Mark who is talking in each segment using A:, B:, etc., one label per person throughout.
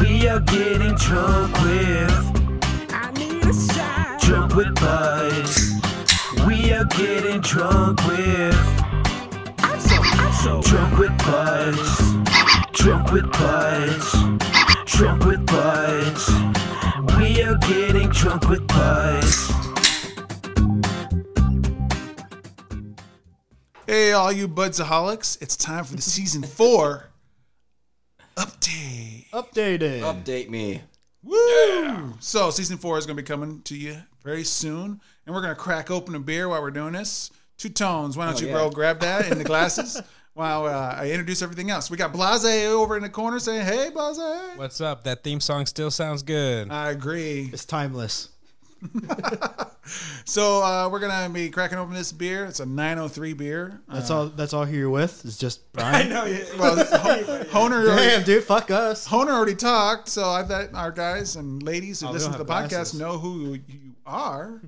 A: We are getting drunk with,
B: I need a shot.
A: drunk with buds. We are getting drunk with,
B: I'm so, I'm so,
A: drunk with buds. Drunk with buds. Drunk with buds. We are getting drunk with buds.
C: Hey, all you budsaholics! It's time for the season four update.
D: Updated.
E: Update me.
C: Woo! So season four is going to be coming to you very soon, and we're going to crack open a beer while we're doing this. Two tones.
F: Oh,
C: Why don't you,
E: yeah.
C: bro, grab that in the glasses while uh, I introduce everything else. We got Blase over in the corner saying, "Hey, Blase."
F: What's up? That theme song still sounds good.
C: I agree.
D: It's timeless.
C: So uh, we're gonna be cracking open this beer. It's a 903 beer. Uh,
D: That's all. That's all you're with. Is just Brian.
C: well, it's- Honer already,
D: Damn, dude. Fuck us.
C: Honer already talked, so I bet our guys and ladies who
D: Oh, we
C: listen to
D: don't
C: the
D: have
C: podcast
D: glasses.
C: know who you are.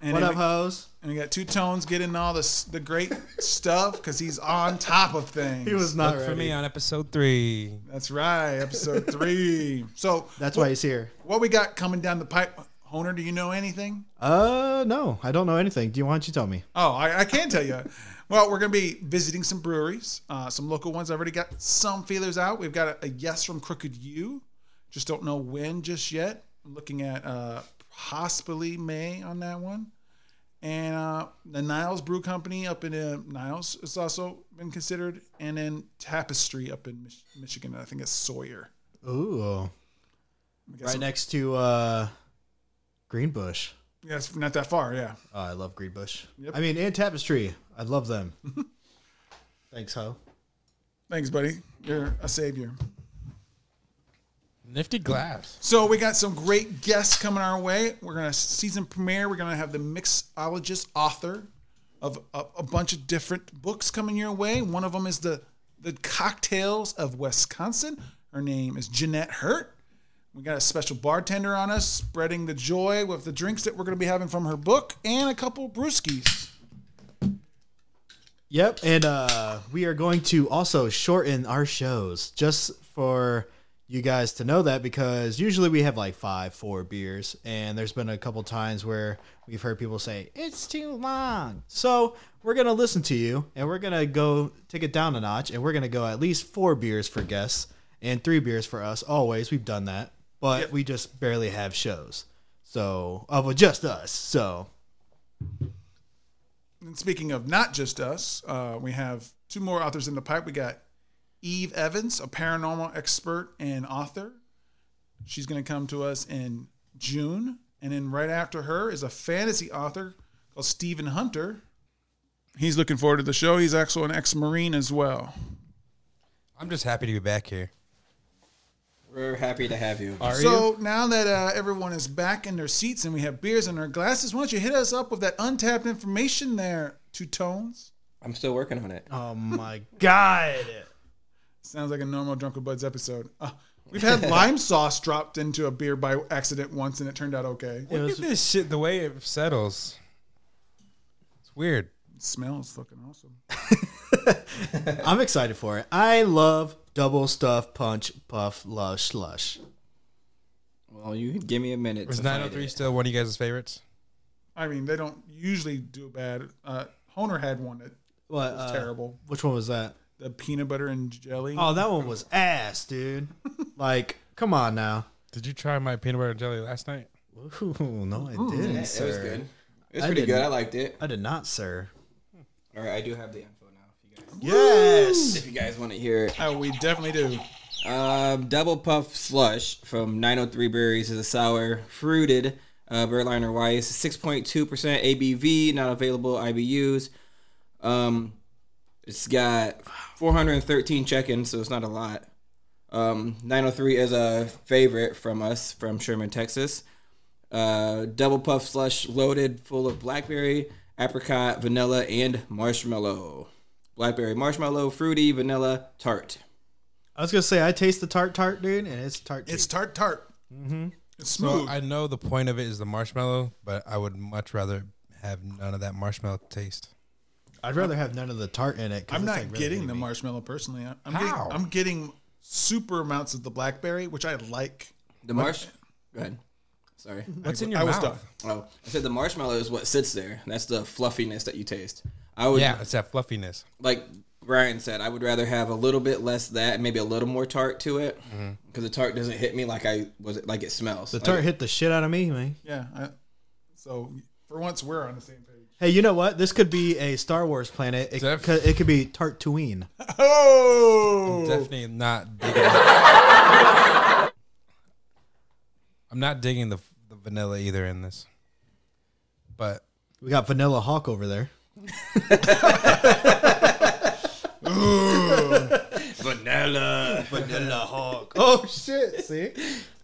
C: And
D: What
C: then
D: up,
C: we-
D: hoes?
C: And we got two tones getting all this the great stuff because he's on top of things.
D: He was not
F: Look for
D: ready.
F: me on episode three.
C: That's right, episode three. So
D: That's why he's here.
C: what we got coming down the pipe, Honer? Do you know anything?
D: Uh, no, I don't know anything. Do you want you tell me?
C: Oh, I, I can tell you. Well, we're gonna be visiting some breweries, uh, some local ones. I've already got some feelers out. We've got a, a yes from Crooked U. Just don't know when just yet. I'm looking at uh, possibly May on that one. And uh, the Niles Brew Company up in uh, Niles has also been considered. And then Tapestry up in Mich- Michigan. I think it's Sawyer.
D: Ooh,
C: I
D: right
C: guess,
D: next to uh, Greenbush.
C: Yes, not that far, yeah.
D: Oh, I love Greenbush.
C: Yep.
D: I mean, and Tapestry. I love them. Thanks, ho.
C: Thanks, buddy. You're a savior.
F: Nifty glass.
C: So we got some great guests coming our way. We're gonna season premiere. We're gonna have the mixologist, author of a, a bunch of different books coming your way. One of them is the the cocktails of Wisconsin. Her name is Jeanette Hurt. We got a special bartender on us, spreading the joy with the drinks that we're gonna be having from her book and a couple brewskis.
D: Yep, and uh, we are going to also shorten our shows just for you guys to know that because usually we have like five, four beers, and there's been a couple times where we've heard people say it's too long. So we're gonna listen to you, and we're gonna go take it down a notch, and we're gonna go at least four beers for guests and three beers for us. Always, we've done that, but we just barely have shows, so of just us. So
C: And speaking of not just us, uh, we have two more authors in the pipe. We got Eve Evans, a paranormal expert and author. She's going to come to us in June. And then right after her is a fantasy author called Stephen Hunter. He's looking forward to the show. He's actually an ex Marine as well.
F: I'm just happy to be back here.
E: We're happy to have you.
F: Are you?
C: so now that uh, everyone is back in their seats and we have beers in our glasses, why don't you hit us up with that untapped information there, Two Tones?
E: I'm still working on it.
D: oh my god.
C: Sounds like a normal Drunk with Buds episode. Uh, we've had lime sauce dropped into a beer by accident once, and it turned out okay. It
F: Look at this shit. The way it settles. It's weird.
C: smells fucking awesome.
D: I'm excited for it. I love double stuff, punch, puff, lush, slush.
E: Well, you could give me a minute.
F: Was
E: to find
F: 903
E: it.
F: still one of you guys' favorites?
C: I mean, they don't usually do bad. Uh, Honer had one that
D: What?
C: was
D: uh,
C: terrible.
D: Which one was that?
C: The peanut butter and jelly.
D: Oh, that one was ass, dude. like, come on now.
F: Did you try my peanut butter and jelly last night?
D: Ooh, no, I didn't,
E: Yeah,
D: sir.
E: it was good. It was
D: oh I
E: pretty
D: didn't-
E: good. I liked it.
D: I did not, sir.
E: All right, I do have the info now. If you guys,
D: Yes.
E: if you guys want to hear it.
C: Oh, we definitely do.
E: Um, Double Puff Slush from 903 Breweries is a sour, fruited uh, Berliner Weiss, 6.2% ABV, not available IBUs. Um, it's got 413 check-ins, so it's not a lot. Um, 903 is a favorite from us from Sherman, Texas. Uh, Double Puff Slush loaded, full of blackberry, apricot, vanilla, and marshmallow. Blackberry, marshmallow, fruity, vanilla, tart.
D: I was gonna say I taste the tart tart, dude, and it's tart.
C: It's
D: It's
C: tart tart. It's
F: So
C: Mm-hmm. smooth.
F: I know the point of it is the marshmallow, but I would much rather have none of that marshmallow taste.
D: I'd rather have none of the tart in it. 'cause
C: I'm
D: it's,
C: not
D: like, really
C: getting the
D: gamey.
C: marshmallow personally. I- I'm
F: How?
C: Getting, I'm getting super amounts of the blackberry, which I like.
E: The marsh. Go ahead. Sorry.
F: What's in your
C: I was
F: mouth?
C: done.
E: Oh, I said the marshmallow is what sits there. That's the fluffiness that you taste. I would,
F: Yeah, it's that fluffiness.
E: like Brian said, I would rather have a little bit less that, and maybe a little more tart to it, because the tart doesn't hit me like I was like it smells.
D: The tart hit the shit out of me, man.
C: Yeah. I, so for once, we're on the same page.
D: Hey, you know what? This could be a Star Wars planet. It,
F: Def-
D: could, it could be Tartuine.
C: Oh,
F: Definitely not digging. I'm not digging the, the vanilla either in this. But
D: We got Vanilla Hawk over there.
E: vanilla, vanilla hog,
D: Oh shit! See,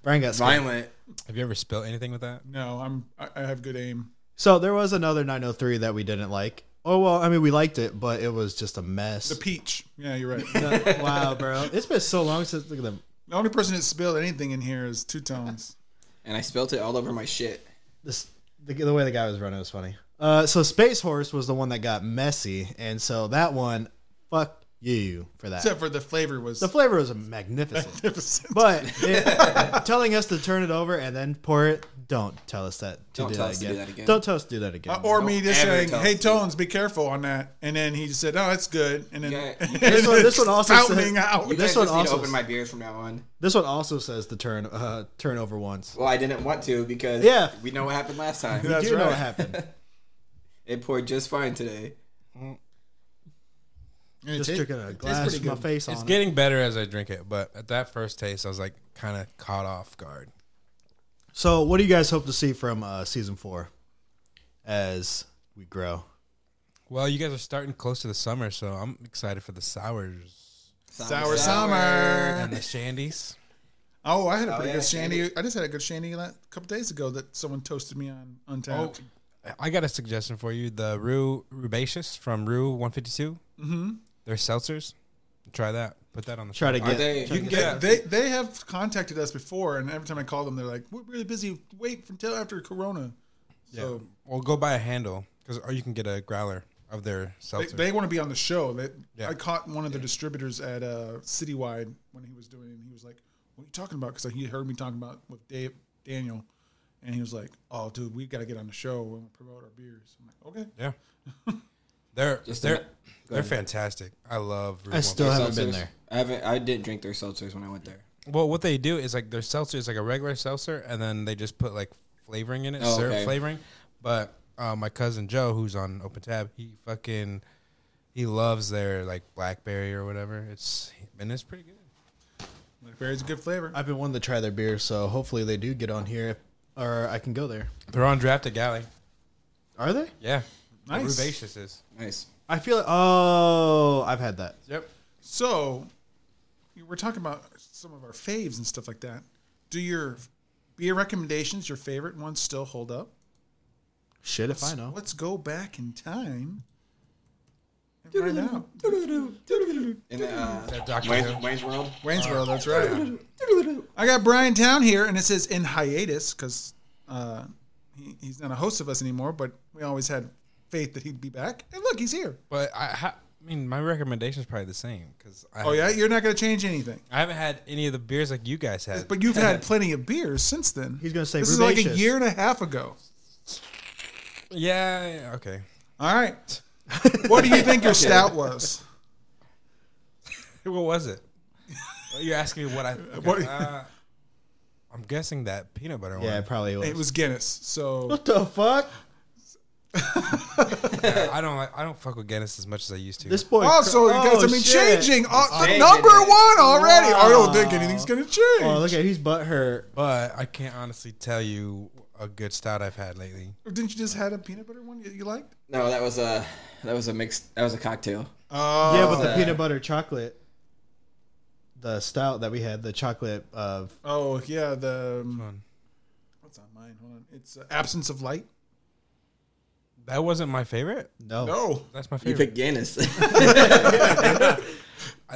D: Brian got scared.
E: violent.
F: have you ever spilled anything with that?
C: no, I'm. I, I have good aim.
D: So there was another 903 that we didn't like. Oh well, I mean we liked it, but it was just a mess.
C: The peach. Yeah, you're right.
D: wow, bro, it's been so long since look at them.
C: the only person that spilled anything in here is two tones.
E: And I spilt it all over my shit.
D: This the, the way the guy was running was funny. Uh, so Space Horse was the one that got messy, and so that one, fuck you for that.
C: Except for the flavor was.
D: the flavor was magnificent,
C: magnificent.
D: but it, telling us to turn it over and then pour it, don't tell us that to,
E: Don't
D: do,
E: tell
D: that
E: us to
D: again.
E: do that again.
D: Don't tell us to do that again.
C: Uh, or me just
E: ever
C: saying,
E: tell
C: "Hey
E: us.
C: Tones, be careful on that," and then he just said, "Oh, it's good." And then
E: Yeah.
C: and
D: This one- this
C: it's
D: one also said-
C: toning out.
E: You
D: This
E: guys
D: one
E: just need to
D: also
E: open
D: is-
E: my beers from now on.
D: this one also says the turn uh, turn over once.
E: Well, I didn't want to because
D: Yeah.
E: we know what happened last time.
C: Yeah. That's
D: you know
C: right.
D: what happened.
E: It poured just fine today.
C: And it
D: Just
C: ta-
D: drinking a glass with
C: pretty
D: my
C: good.
D: face
F: It's
D: on. it.
F: getting better as I drink it, but at that first taste, I was like kind of caught off guard.
D: So, what do you guys hope to see from uh, season four as we grow?
F: Well, you guys are starting close to the summer, so I'm excited for the sours
C: sour summer.
F: and the shandies.
C: Oh, I had a pretty
E: yeah,
C: good shandy. I just had a good shandy a couple days ago that someone toasted me on
F: Oh,
C: untapped.
F: I got a suggestion for you. The Rue Rubaceous from Rue 152. Mm-hmm. They're seltzers. Try that. Put that on the
D: Try to
E: Are
D: get.
E: they?
F: You can
C: They,
F: get
C: they they have contacted us before, and every time I call them, they're like, "We're really busy. Wait until after Corona." So
F: Well, go buy a handle because, or you can get a growler of their
C: they,
F: seltzer.
C: they want to be on the show. They,
F: Yeah.
C: I caught one of the distributors at uh, Citywide when he was doing it. And he was like, "What are you talking about?" Because he heard me talking about with Dave Daniel, and he was like, "Oh, dude, we got to get on the show and promote our beers." I'm like, "Okay."
F: yeah, they're
E: Just a-
F: they're
E: go
F: they're fantastic. I love. Rue
D: I still haven't been
E: Seltzers.
D: there.
E: I haven't. I didn't drink their seltzers when I went there.
F: Well, what they do is like their seltzer is like a regular seltzer, and then they just put like flavoring in it,
E: Oh,
F: syrup
E: okay.
F: flavoring. But uh, my cousin Joe, who's on Open Tab, he fucking he loves their like blackberry or whatever. It's and it's pretty good.
C: Blackberry's a good flavor.
D: I've been wanting to try their beer, so hopefully they do get on here, or I can go there.
F: They're on draft at Galley.
D: Are they?
F: Yeah,
C: Nice.
F: Rubaceous is.
E: Nice.
D: I feel. Oh, I've had that.
F: Yep.
C: So, you we're talking about some of our faves and stuff like that. Do your beer recommendations, your favorite ones, still hold up?
D: Shit, if I know.
C: Let's go back in time and find out.
E: In the uh,
F: That Dr.
E: Wayne's,
F: Who.
E: Wayne's World.
C: Wayne's World, that's right. I got Brian Town here, and it says in hiatus because uh, he, he's not a host of us anymore, but we always had faith that he'd be back. And look, he's here.
F: But I, ha- I mean, my recommendation is probably the same because I,
C: Oh, yeah, you're not going to change anything.
F: I haven't had any of the beers like you guys had.
C: But you've had plenty of beers since then.
D: He's gonna say
C: this is like a
D: Rubaceous.
C: year and a half ago.
F: yeah, yeah, okay.
C: All right. What do you think your stout was?
F: What was it? You're asking me what I. okay,
C: What-
F: uh, I'm guessing that peanut butter
D: Yeah,
F: one.
D: it probably was.
C: It was Guinness. So
D: What the fuck? Oh,
F: Yeah, I don't like. I don't fuck with Guinness as much as I used to.
D: This boy.
C: Oh, so you guys, I
D: oh,
C: mean,
D: shit.
C: changing. Uh, the
E: Changing
C: number
E: it.
C: one already. I don't think
D: Wow.
C: anything's going to
D: Oh,
C: change.
D: look at he's butt hurt.
F: but I can't honestly tell you a good stout I've had lately.
C: Didn't you just had a peanut butter one you, you liked?
E: No, that was a that was a mixed. That was a cocktail.
C: Oh,
D: yeah, but the
E: uh,
D: peanut butter chocolate, the stout that we had, the chocolate of
C: Oh yeah, the um,
F: on.
C: what's on mine? Hold on, it's uh, absence of light.
F: That wasn't my favorite.
D: no.
C: No.
F: That's my
E: You
F: favorite.
E: picked Guinness.
F: Uh,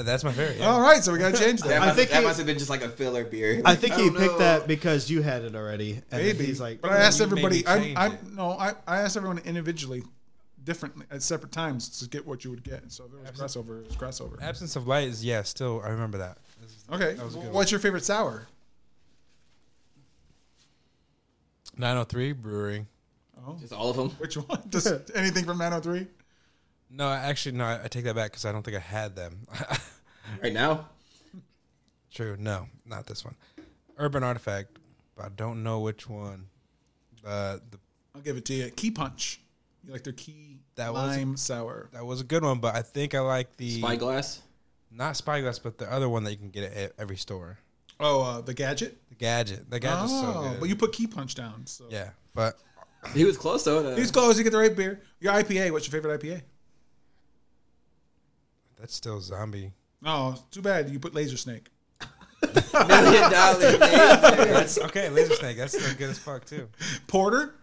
F: That's my favorite. Yeah.
C: All right, so we got to change
E: that
C: that.
E: must,
D: think
E: that
D: he-
E: must have been just like a filler beer.
D: I think he
E: don't
D: picked
E: know.
D: that because you had it already, and then
C: Maybe,
D: he's like,
C: but I asked
F: you made
C: everybody.
F: me
C: I,
F: change
C: I
F: it.
C: no, I, I asked everyone individually, differently at separate times to get what you would get. So if there was crossover, it was crossover.
F: Absence of light is yeah. Still, I remember that. It's-
C: Okay. What's your favorite sour?
F: 903 Brewery.
E: Just all of them.
C: Which one? Just anything from 903?
F: No, actually, no. I take that back because I don't think I had them.
E: Right now,
F: True. No, not this one. Urban Artifact. But I don't know which one. Uh, the,
C: I'll give it to you. Key Punch. You like their key
F: That was-
C: lime sour.
F: that was a good one, but I think I like the
E: Spyglass.
F: not Spyglass, but the other one that you can get at every store.
C: Oh, uh, the gadget?
F: The gadget. The gadget's so
C: Oh,
F: good.
C: but you put Key Punch down. So.
F: yeah, but
E: He was close though. To,
C: He's close. You get the right beer. Your IPA. What's your favorite IPA?
F: that's still zombie.
C: Oh, too bad you put Laser Snake.
E: million dollars. man.
F: That's okay. Laser Snake. That's still good as fuck too.
C: Porter?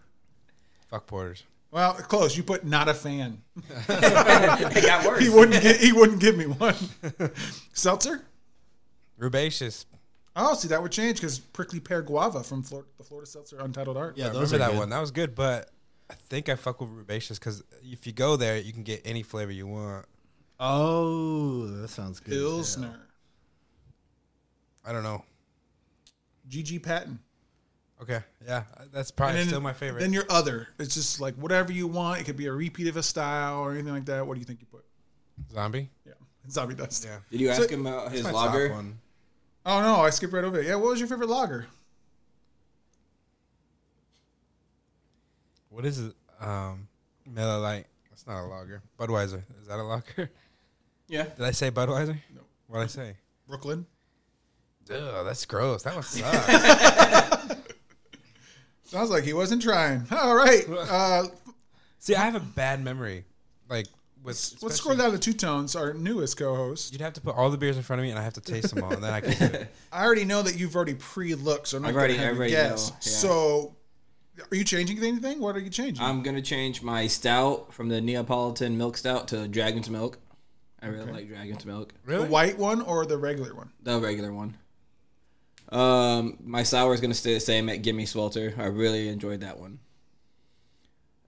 F: Fuck porters.
C: Well, close. You put not a fan.
E: it got worse.
C: He wouldn't. Get, he wouldn't give me one. Seltzer.
F: Rubaceous.
C: Oh, see that would change because prickly pear guava from Flor- the Florida Seltzer Untitled Art.
D: Yeah,
F: I
D: those
F: remember that
D: are good.
F: one. That was good, but I think I fuck with Rubaceous because if you go there, you can get any flavor you want.
D: Oh, that sounds good. as hell.
C: Pilsner.
F: I don't know.
C: GG Patton.
F: Okay, yeah, that's probably still my favorite.
C: Then your other. It's just like whatever you want. It could be a repeat of a style or anything like that. What do you think you put?
F: Zombie.
C: Yeah, zombie dust.
F: Yeah.
E: Did you ask
C: So-
E: him about his
F: My top
E: logger?
F: one.
C: Oh no, I skipped right over it. Yeah, what was your favorite lager?
F: What is it? Um, Miller Lite. That's not a lager. Budweiser. Is that a lager?
E: Yeah.
F: Did I say Budweiser? No. What did I say?
C: Brooklyn.
F: Ugh, that's gross. That one sucks.
C: Sounds like he wasn't trying. All right. Uh,
F: See, I have a bad memory. Like with
C: let's
F: especially-
C: scroll down to two tones. Our newest co-host.
F: You'd have to put all the beers in front of me, and I have to taste them all, and then I can. Do it.
C: I already know that you've already pre-looked, so I'm not
E: I've
C: gonna
E: already-
C: have
E: I
C: you
E: already
C: guess.
E: know, yeah.
C: So, are you changing anything? What are you changing?
E: I'm gonna change my stout from the Neapolitan milk stout to dragon's milk. I really like dragon's milk,
C: the white one or the regular one?
E: the regular one. Um, my sour is gonna stay the same at Gimme Swelter. I really enjoyed that one.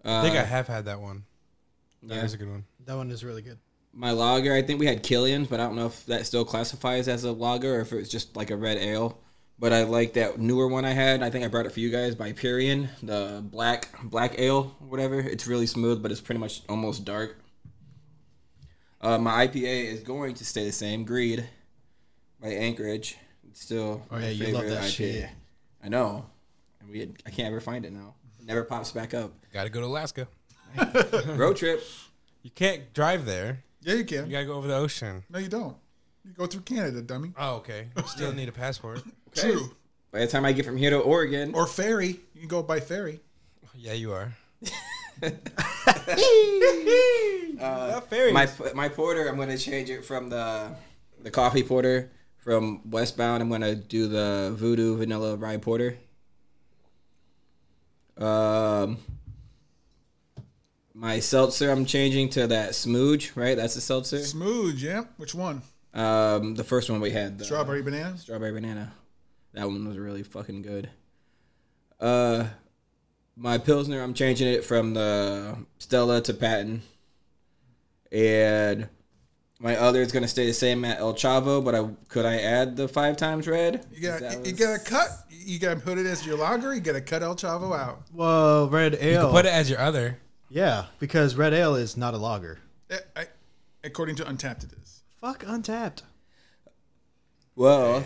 E: Uh,
F: I think I have had that one. That is
E: Yeah.
F: a good one.
D: That one is really good.
E: my lager. I think we had Killian's, but I don't know if that still classifies as a lager or if it was just like a red ale. But I like that newer one I had. I think I brought it for you guys, Byperion, the black black ale, whatever. It's really smooth, but it's pretty much almost dark. Uh, my IPA is going to stay the same. Greed by Anchorage. It's still
D: Oh, yeah, you love that shit.
E: I know. And we I can't ever find it now. It never pops back up.
F: Got to go to Alaska.
E: Road trip.
F: You can't drive there.
C: Yeah, you
F: You
C: can.
F: got to go over the ocean.
C: No, you don't. You go through Canada, dummy.
F: Oh, okay. You still need a passport.
C: True.
E: By the time I get from here to Oregon,
C: Or ferry. You can go by ferry.
F: Yeah, you are.
E: Uh, my my porter i'm gonna change it from the the coffee porter from westbound i'm gonna do the voodoo vanilla rye porter um my seltzer i'm changing to that smooge right that's the seltzer
C: Smooth, yeah. Which one?
E: um the first one we had the
C: Strawberry banana.
E: strawberry banana that one was really fucking good uh my pilsner i'm changing it from the stella to patton and my other is going to stay the same at el chavo but i could i add the five times red
C: You got.
E: That
C: You, you
E: was-
C: got to cut. You got to put it as your lager. You got to cut El Chavo out.
D: Whoa, red ale.
F: Put it as your other.
D: yeah, because red ale is not a lager.
C: Eh, I, according to Untapped, it is.
D: Fuck untapped.
E: well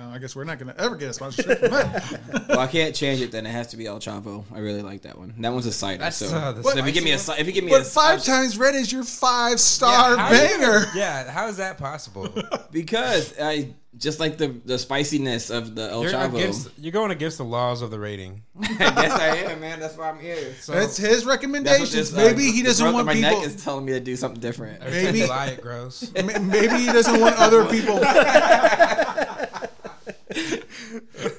C: Uh, I guess we're not going to ever get a sponsorship. from that.
E: well i can't change it then it has to be el chavo i really like that one that one's a cider
F: That's,
E: so,
F: uh, the
E: so if you give me a
F: spicy
E: ci- if you give me a
C: but five times red is your five star
F: how you-
C: banger.
F: Yeah, how is that possible?
E: because i just like the the spiciness of the el
F: You're,
E: chavo
F: against, you're going against the laws of the rating.
E: i guess i am man that's why i'm here
F: So
C: That's his recommendations. maybe he doesn't want
E: uh, my
C: people.
E: neck is telling me to do something different.
F: every time
C: maybe-
F: you lie, it grows.
C: Ma- Maybe he doesn't want other people.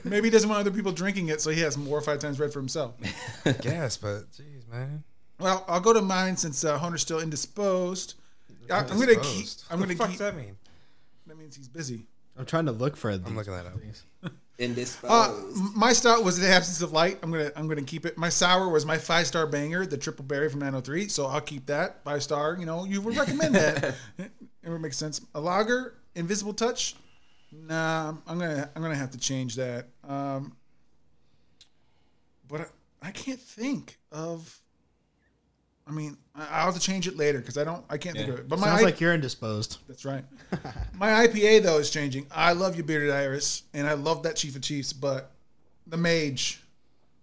C: Maybe he doesn't want other people drinking it, so he has more five times red for himself.
F: Yes, but jeez, man.
C: Well, I'll go to mine since uh, Hunter's still indisposed. I, I'm gonna keep.
F: Disposed.
C: I'm
F: What
C: gonna
F: the fuck
C: keep.
F: does that mean?
C: That means he's busy.
D: I'm trying to look for.
F: I'm looking that up.
E: Indisposed.
C: Uh, m- my stout was the absence of light. I'm gonna. I'm gonna keep it. My sour was my five star banger, the triple berry from 903. So I'll keep that five star. You know, you would recommend that. it would make sense. A lager, invisible touch. Nah, I'm- I'm gonna I'm gonna have to change that. Um, but I, I can't think of. I mean, I- I'll have to change it later because I don't. I can't think of it. But my
D: Sounds
C: I-
D: like you're indisposed.
C: that's right. my IPA though is changing. I love you, bearded Iris, and I love that Chief of Chiefs, but the Mage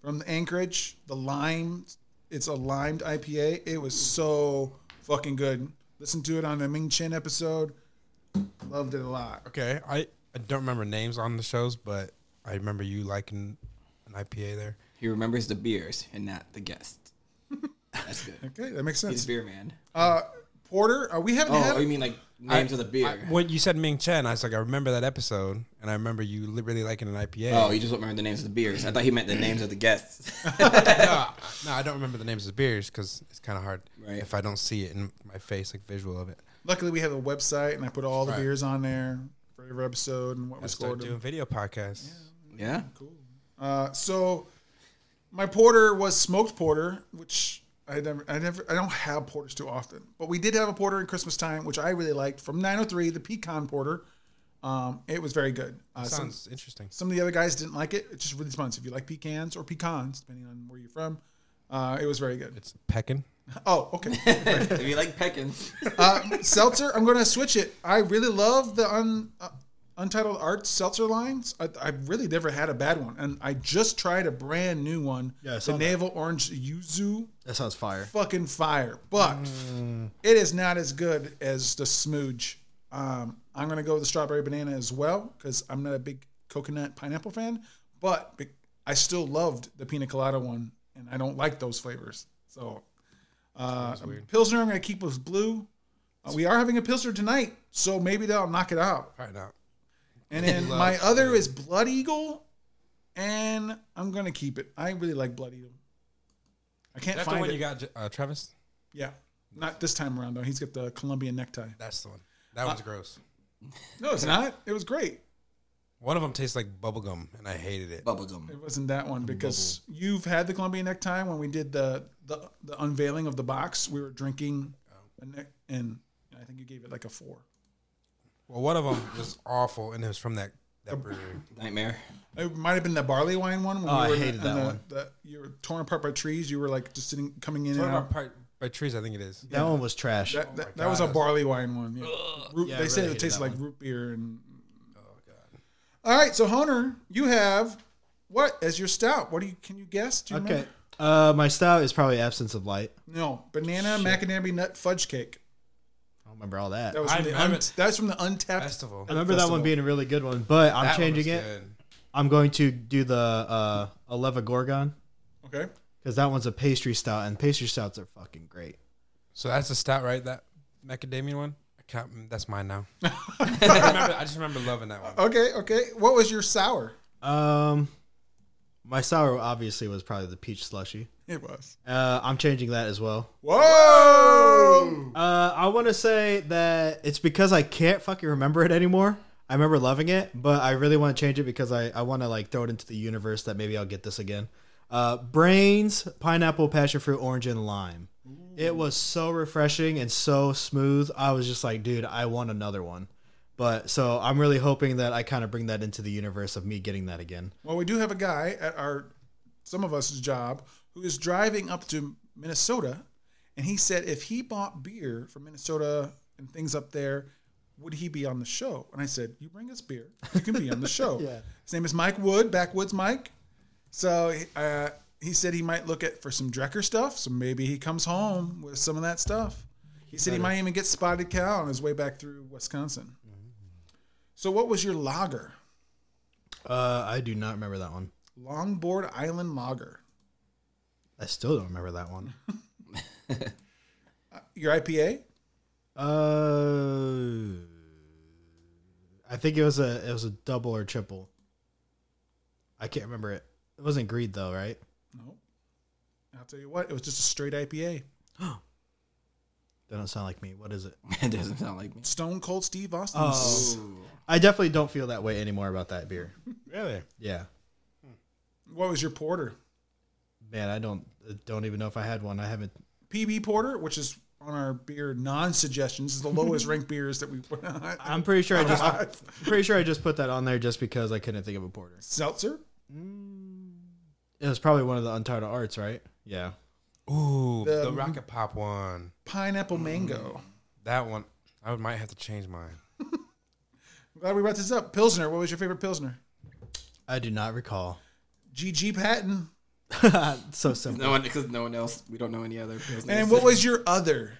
C: from the Anchorage, the lime. It's a limed IPA. It was so fucking good. Listen to it on the Ming Chen episode. Loved it a lot.
F: Okay, I, I don't remember names on the shows, but I remember you liking an IPA there.
E: He remembers the beers and not the guests. That's good.
C: Okay, that makes
E: He's
C: sense.
E: a beer man.
C: Uh, Porter, uh, we haven't
E: Oh,
C: had.
E: you mean like names of the beer?
F: I- when you said Ming Chen, I was like, I remember that episode, and I remember you li- really liking an IPA.
E: oh, you just don't remember the names of the beers. I thought he meant the names of the guests.
F: no, no, I don't remember the names of the beers because it's kind of hard
E: Right.
F: if I don't see it in my face, like visual of it.
C: luckily, we have a website, and I put all the
F: Right.
C: beers on there for every episode and what
F: I
C: was
F: start
C: scored.
F: doing video podcasts.
E: yeah.
C: Uh, so my porter was smoked porter, which I never, I never, I don't have porters too often, but we did have a porter in Christmas time, which I really liked from 903, the pecan porter. Um, it was very good. Uh, some,
F: Sounds interesting.
C: some of the other guys didn't like it. It just really depends if you like pecans or pecans, depending on where you're from. Uh, it was very good.
F: It's Peckin.
C: Oh, okay.
E: if you like Peckins,
C: Uh, seltzer, I'm going to switch it. I really love the un, uh, Untitled Arts seltzer lines. I, I really never had a bad one, and I just tried a brand new one.
D: Yeah, I saw
C: the
D: that.
C: Navel Orange Yuzu,
D: That sounds fire.
C: fucking fire, but it is not as good as the Smooge. Um, I'm going to go with the Strawberry Banana as well because I'm not a big coconut pineapple fan, but be- I still loved the Pina Colada one, and I don't like those flavors. So uh, Pilsner, I'm going to keep with blue. Uh, we are having a Pilsner tonight, so maybe that'll knock it out.
F: Probably not.
C: And then my other is Blood Eagle, and I'm going to keep it. I really like Blood Eagle. I can't
F: That's the
C: find
F: one
C: it.
F: you got, uh, Travis.
C: Yeah. Not this time around though. He's got the Colombian necktie.
F: That's the one. That one's gross.
C: No, it's not. It was great.
F: One of them tastes like bubblegum, and I hated it.
E: bubblegum.
C: It wasn't that one because you've had the Colombian necktie when we did the, the the unveiling of the box. We were drinking
D: Oh.
C: a neck, and I think you gave it like a four.
F: Well, one of them was awful, and it was from that that brewery.
E: Nightmare.
C: It might have been the barley wine one. When
D: Oh, I
C: in the-
D: hated
C: in
D: that
C: the-
D: one.
C: the- you were torn apart by trees. You were like just sitting, coming in
F: What
C: and
F: about
C: out.
F: part by trees? I think it is.
D: That one was trash.
C: That, that, that was a barley wine one. Yeah. Root,
D: Yeah, I
C: they say
D: really
C: it
D: hated
C: tastes
D: that
C: like root beer and. Oh god! All right, so Honer, you have what as your stout? What do you can you guess? Do you
D: okay.
C: remember?
D: Uh, my style is probably absence of light.
C: No, banana macadamia nut fudge cake.
D: I don't remember all that.
C: That was from
F: I
C: the
F: remember-
C: un- that's from the untapped.
F: Festival.
D: I remember that one
C: Festival.
D: being a really good one, but I'm
F: That one was
D: changing it.
F: good.
D: I'm going to do the uh, Aleva Gorgon
C: Okay,
D: because that one's a pastry stout, and pastry stouts are fucking great.
F: So that's the stout, right? That macadamia one. I can't. That's mine now. I, remember, I just remember loving that one.
C: okay, okay. What was your sour?
D: Um, my sour obviously was probably the peach slushy.
C: It was.
D: Uh, I'm changing that as well.
C: Whoa!
D: Uh, I want to say that it's because I can't fucking remember it anymore. I remember loving it, but I really want to change it because I, I want to like throw it into the universe that maybe I'll get this again. Uh, brains, pineapple, passion fruit, orange, and lime. It was so refreshing and so smooth. I was just like, dude, I want another one. But so I'm really hoping that I kind of bring that into the universe of me getting that again.
C: Well, we do have a guy at our some of us job who is driving up to Minnesota, and he said if he bought beer from Minnesota and things up there, would he be on the show? And I said, you bring us beer, you can be on the show.
D: Yeah.
C: His name is Mike Wood, Backwoods Mike. So uh, he said he might look at for some Drecker stuff. So maybe he comes home with some of that stuff. He said he might even get Spotted Cow on his way back through Wisconsin. So what was your lager?
D: Uh, I do not remember that one.
C: Longboard Island Lager.
D: I still don't remember that one.
C: Your IPA?
D: Uh, I think it was a it was a double or triple. I can't remember it. It wasn't greed though, right?
C: No. I'll tell you what, it was just a straight IPA.
D: That don't sound like me. What is it?
E: it doesn't sound like me.
C: Stone Cold Steve Austin.
D: I definitely don't feel that way anymore about that beer.
F: Really?
D: Yeah,
C: What was your porter?
D: uh, man, I don't I don't even know if I had one. I haven't.
C: PB Porter, which is on our beer non-suggestions is the lowest ranked beers that we put on.
D: I'm pretty sure I just I'm pretty sure I just put that on there just because I couldn't think of a porter.
C: Seltzer?
D: It was probably one of the Untitled Arts, right? Yeah.
F: Ooh, the,
C: The-
F: Rocket Pop one.
C: Pineapple mango.
F: That one. I might have to change mine.
C: Glad we brought this up. Pilsner. What was your favorite Pilsner?
D: I do not recall.
C: GG Patton.
D: so simple.
E: No one, because no one else. We don't know any other. pilsners.
C: And what was your other?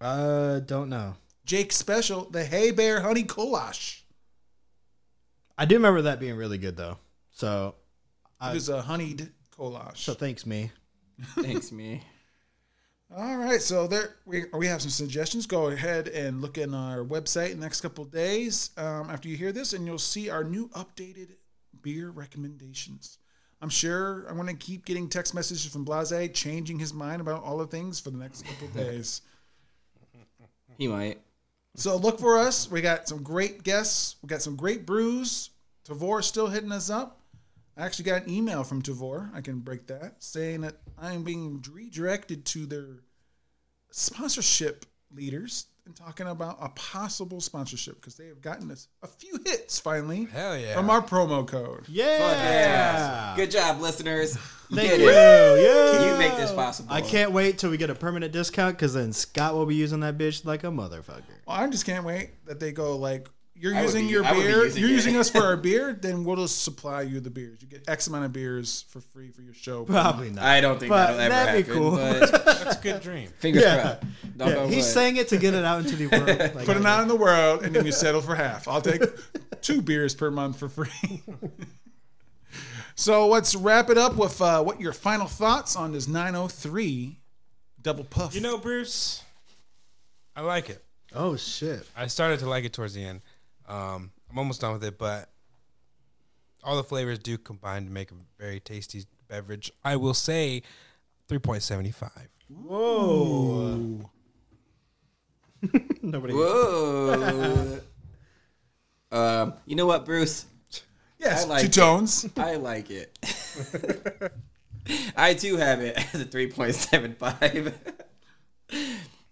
D: Uh, don't know.
C: Jake Special, the Hay Bear Honey Goulash.
D: I do remember that being really good though. So
C: It was a honeyed goulash.
D: so thanks me.
E: Thanks, me.
C: All right, so there we, we have some suggestions. Go ahead and look in our website in the next couple of days um, after you hear this, and you'll see our new updated beer recommendations. I'm sure I'm going to keep getting text messages from Blase changing his mind about all the things for the next couple of days.
E: He might.
C: So look for us. We got some great guests. We got some great brews. Tavor's still hitting us up. I actually got an email from Tavor. I can break that saying that I'm being redirected to their sponsorship leaders and talking about a possible sponsorship because they have gotten us a few hits finally
F: Hell yeah.
C: from our promo code.
D: Yeah.
E: Good job, listeners. You
D: Thank
E: did
D: you.
E: it.
D: Yeah.
E: You make this possible.
D: I can't wait till we get a permanent discount because then Scott will be using that bitch like a motherfucker.
C: Well, I just can't wait that they go like you're
E: I would
C: using
E: be-
C: your
E: I would be
C: beer.
E: using
C: you're
E: it.
C: using us for our beer. Then we'll just supply you the beers. You get X amount of beers for free for your show.
D: Probably not.
E: I don't think
D: But
E: that'll ever
D: that'd be
E: happen.
D: cool.
E: But
F: That's a good dream.
E: fingers
D: Yeah.
E: crossed. Don't
D: Yeah,
E: know
D: he
E: what.
D: sang it to get it out into the world. Like,
C: Put it out in the world, and then you settle for half. I'll take two beers per month for free. so let's wrap it up with uh, what your final thoughts on this 903 double puff.
F: You know, Bruce, I like it.
D: Oh shit!
F: I started to like it towards the end. Um, I'm almost done with it, but all the flavors do combine to make a very tasty beverage. I will say 3.75.
D: Nobody.
E: Whoa. um, you know what, Bruce?
C: yes,
E: I like
C: two
E: it.
C: tones.
E: I like it. I too have it as a 3.75.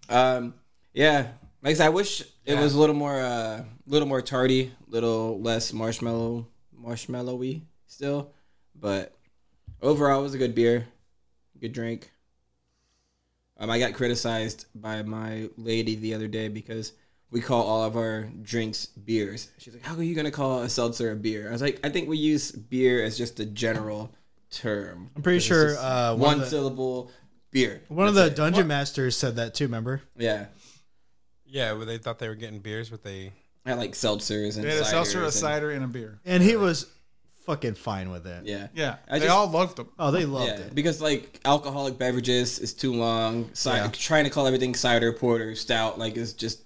E: um, yeah, like I said, I wish it was a little more, uh, little more tardy, little less marshmallow, marshmallowy still. But overall, it was a good beer, good drink. Um, I got criticized by my lady the other day because we call all of our drinks beers. She's like, "How are you gonna call a seltzer a beer?" I was like, "I think we use beer as just a general term.
D: I'm pretty sure uh, one
E: one
D: of the-
E: syllable beer.
D: One of the
E: That's it.
D: dungeon masters said that too. Remember?
E: yeah."
F: Yeah, well, they thought they were getting beers, but they.
E: I like seltzers and
C: They had a seltzer,
E: ciders
C: a
E: and-
C: cider, and a beer.
D: And he was fucking fine with it.
E: Yeah,
C: Yeah,
E: I
C: they
E: just-
C: all loved them.
D: Oh, they loved
E: Yeah,
D: it.
E: because like alcoholic beverages is too long. Cider, Trying to call everything cider, porter, stout, like is just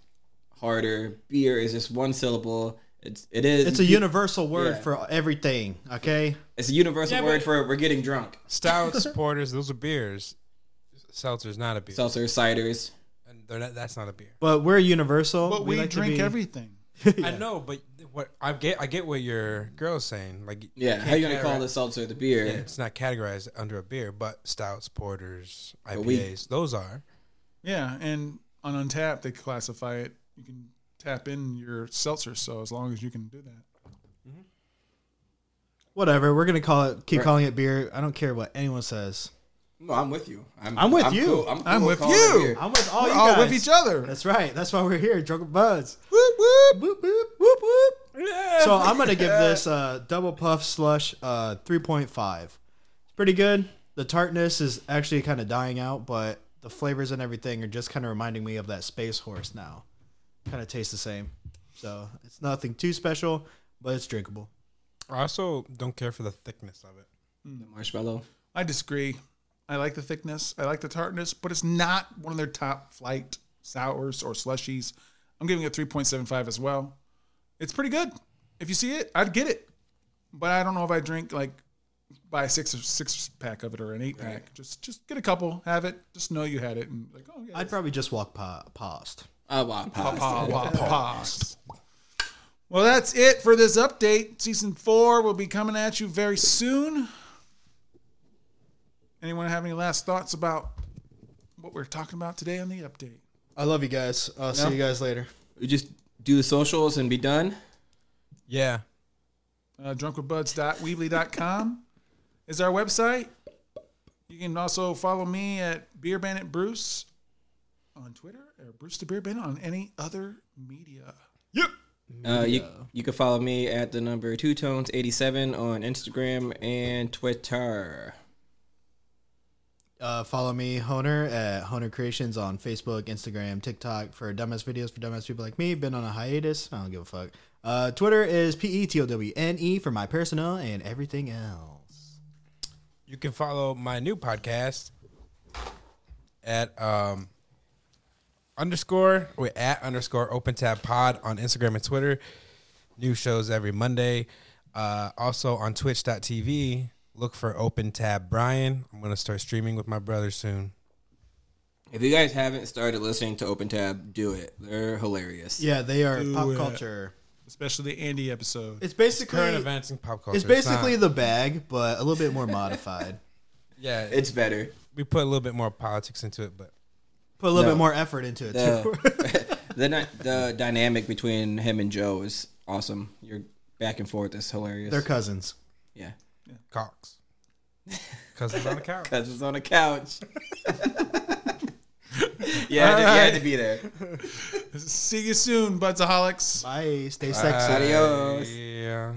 E: harder. Beer is just one syllable. It's it is.
D: It's a universal word
E: Yeah.
D: for everything. Okay.
E: It's a universal
F: Yeah,
E: word
F: but-
E: for we're getting drunk.
F: Stouts, porters, those are beers. Seltzer's not a beer.
E: Seltzer, ciders.
F: and they're not, that's not a beer.
D: But we're universal.
C: But we,
D: like to
C: drink
D: be-
C: everything.
F: I know, but what I get, I get what your girl is saying. Like, you
E: Yeah, how
F: can't
E: you gonna call
F: categorize-
E: the seltzer the beer?
F: Yeah, It's not categorized under a beer, but stouts, porters, IPAs,
E: we-
F: those are.
C: Yeah, and on Untapped, they classify it. You can tap in your seltzer, so as long as you can do that.
D: Whatever. We're gonna call it. Keep calling it beer. I don't care what anyone says.
E: No, I'm with you.
D: I'm with you.
E: cool- cool
C: I'm with
E: with calling it
C: you.
E: beer.
D: I'm with all
C: We're
D: Oh, you
C: all
D: guys.
C: with each other.
D: That's right. That's why we're here. Drunken buds.
C: Whoop, whoop.
D: Whoop whoop whoop whoop. So I'm gonna give this uh, double puff slush uh, 3.5. It's pretty good. The tartness is actually kind of dying out, but the flavors and everything are just kind of reminding me of that space horse now. Kind of tastes the same. So it's nothing too special, but it's drinkable.
F: I also don't care for the thickness of it.
E: The marshmallow.
C: I disagree. I like the thickness. I like the tartness, but it's not one of their top flight sours or slushies. I'm giving it 3.75 as well. It's pretty good. If you see it, I'd get it. But I don't know if I drink like buy a six or six pack of it or an eight pack. Just just get a couple, have it. Just know you had it and like, oh yeah.
D: I'd probably just walk pa- past.
E: Uh, wow, pasta.
C: Ah, wah, pause. Well, that's it for this update. Season four will be coming at you very soon. Anyone have any last thoughts about what we're talking about today on the update.
D: I love you guys. I'll
E: Yeah.
D: see you guys later.
E: We just do the socials and be done.
F: Yeah.
C: Uh, drunkwithbuds.weebly.com is our website. You can also follow me at Beer Bandit Bruce on Twitter or Bruce the Beer Bandit on any other media.
E: Uh, you you can follow me at the number two tones eighty seven on Instagram and Twitter.
D: Uh, follow me, Honer, at Honer Creations on Facebook, Instagram, TikTok for dumbass videos for dumbass people like me. Been on a hiatus. I don't give a fuck. Uh, Twitter is P E T O W N E for my personal and everything else.
F: You can follow my new podcast at um, underscore wait, at underscore open tab pod on Instagram and Twitter. New shows every Monday. Uh, also on twitch.tv, look for open tab Brian. I'm going to start streaming with my brother soon.
E: If you guys haven't started listening to Open Tab, do it. They're hilarious.
D: Yeah, they are
C: Do
D: pop
C: it.
D: culture.
C: Especially the Andy episode.
D: It's basically
F: Current events and pop culture.
D: It's basically
F: not-
D: the bag, but a little bit more modified.
F: yeah. It's,
E: It's better.
F: we put a little bit more politics into it, but
D: Put a little
E: No.
D: bit more effort into it too.
E: The, the ni- the dynamic between him and Joe is awesome. Your back and forth is hilarious.
D: They're cousins.
E: yeah.
F: Cox cousins on the couch.
E: Cousins on the couch. yeah, I had to- you had to be there.
C: See you soon, Budsaholics.
D: Bye. Stay sexy.
E: Adios.
F: Yeah.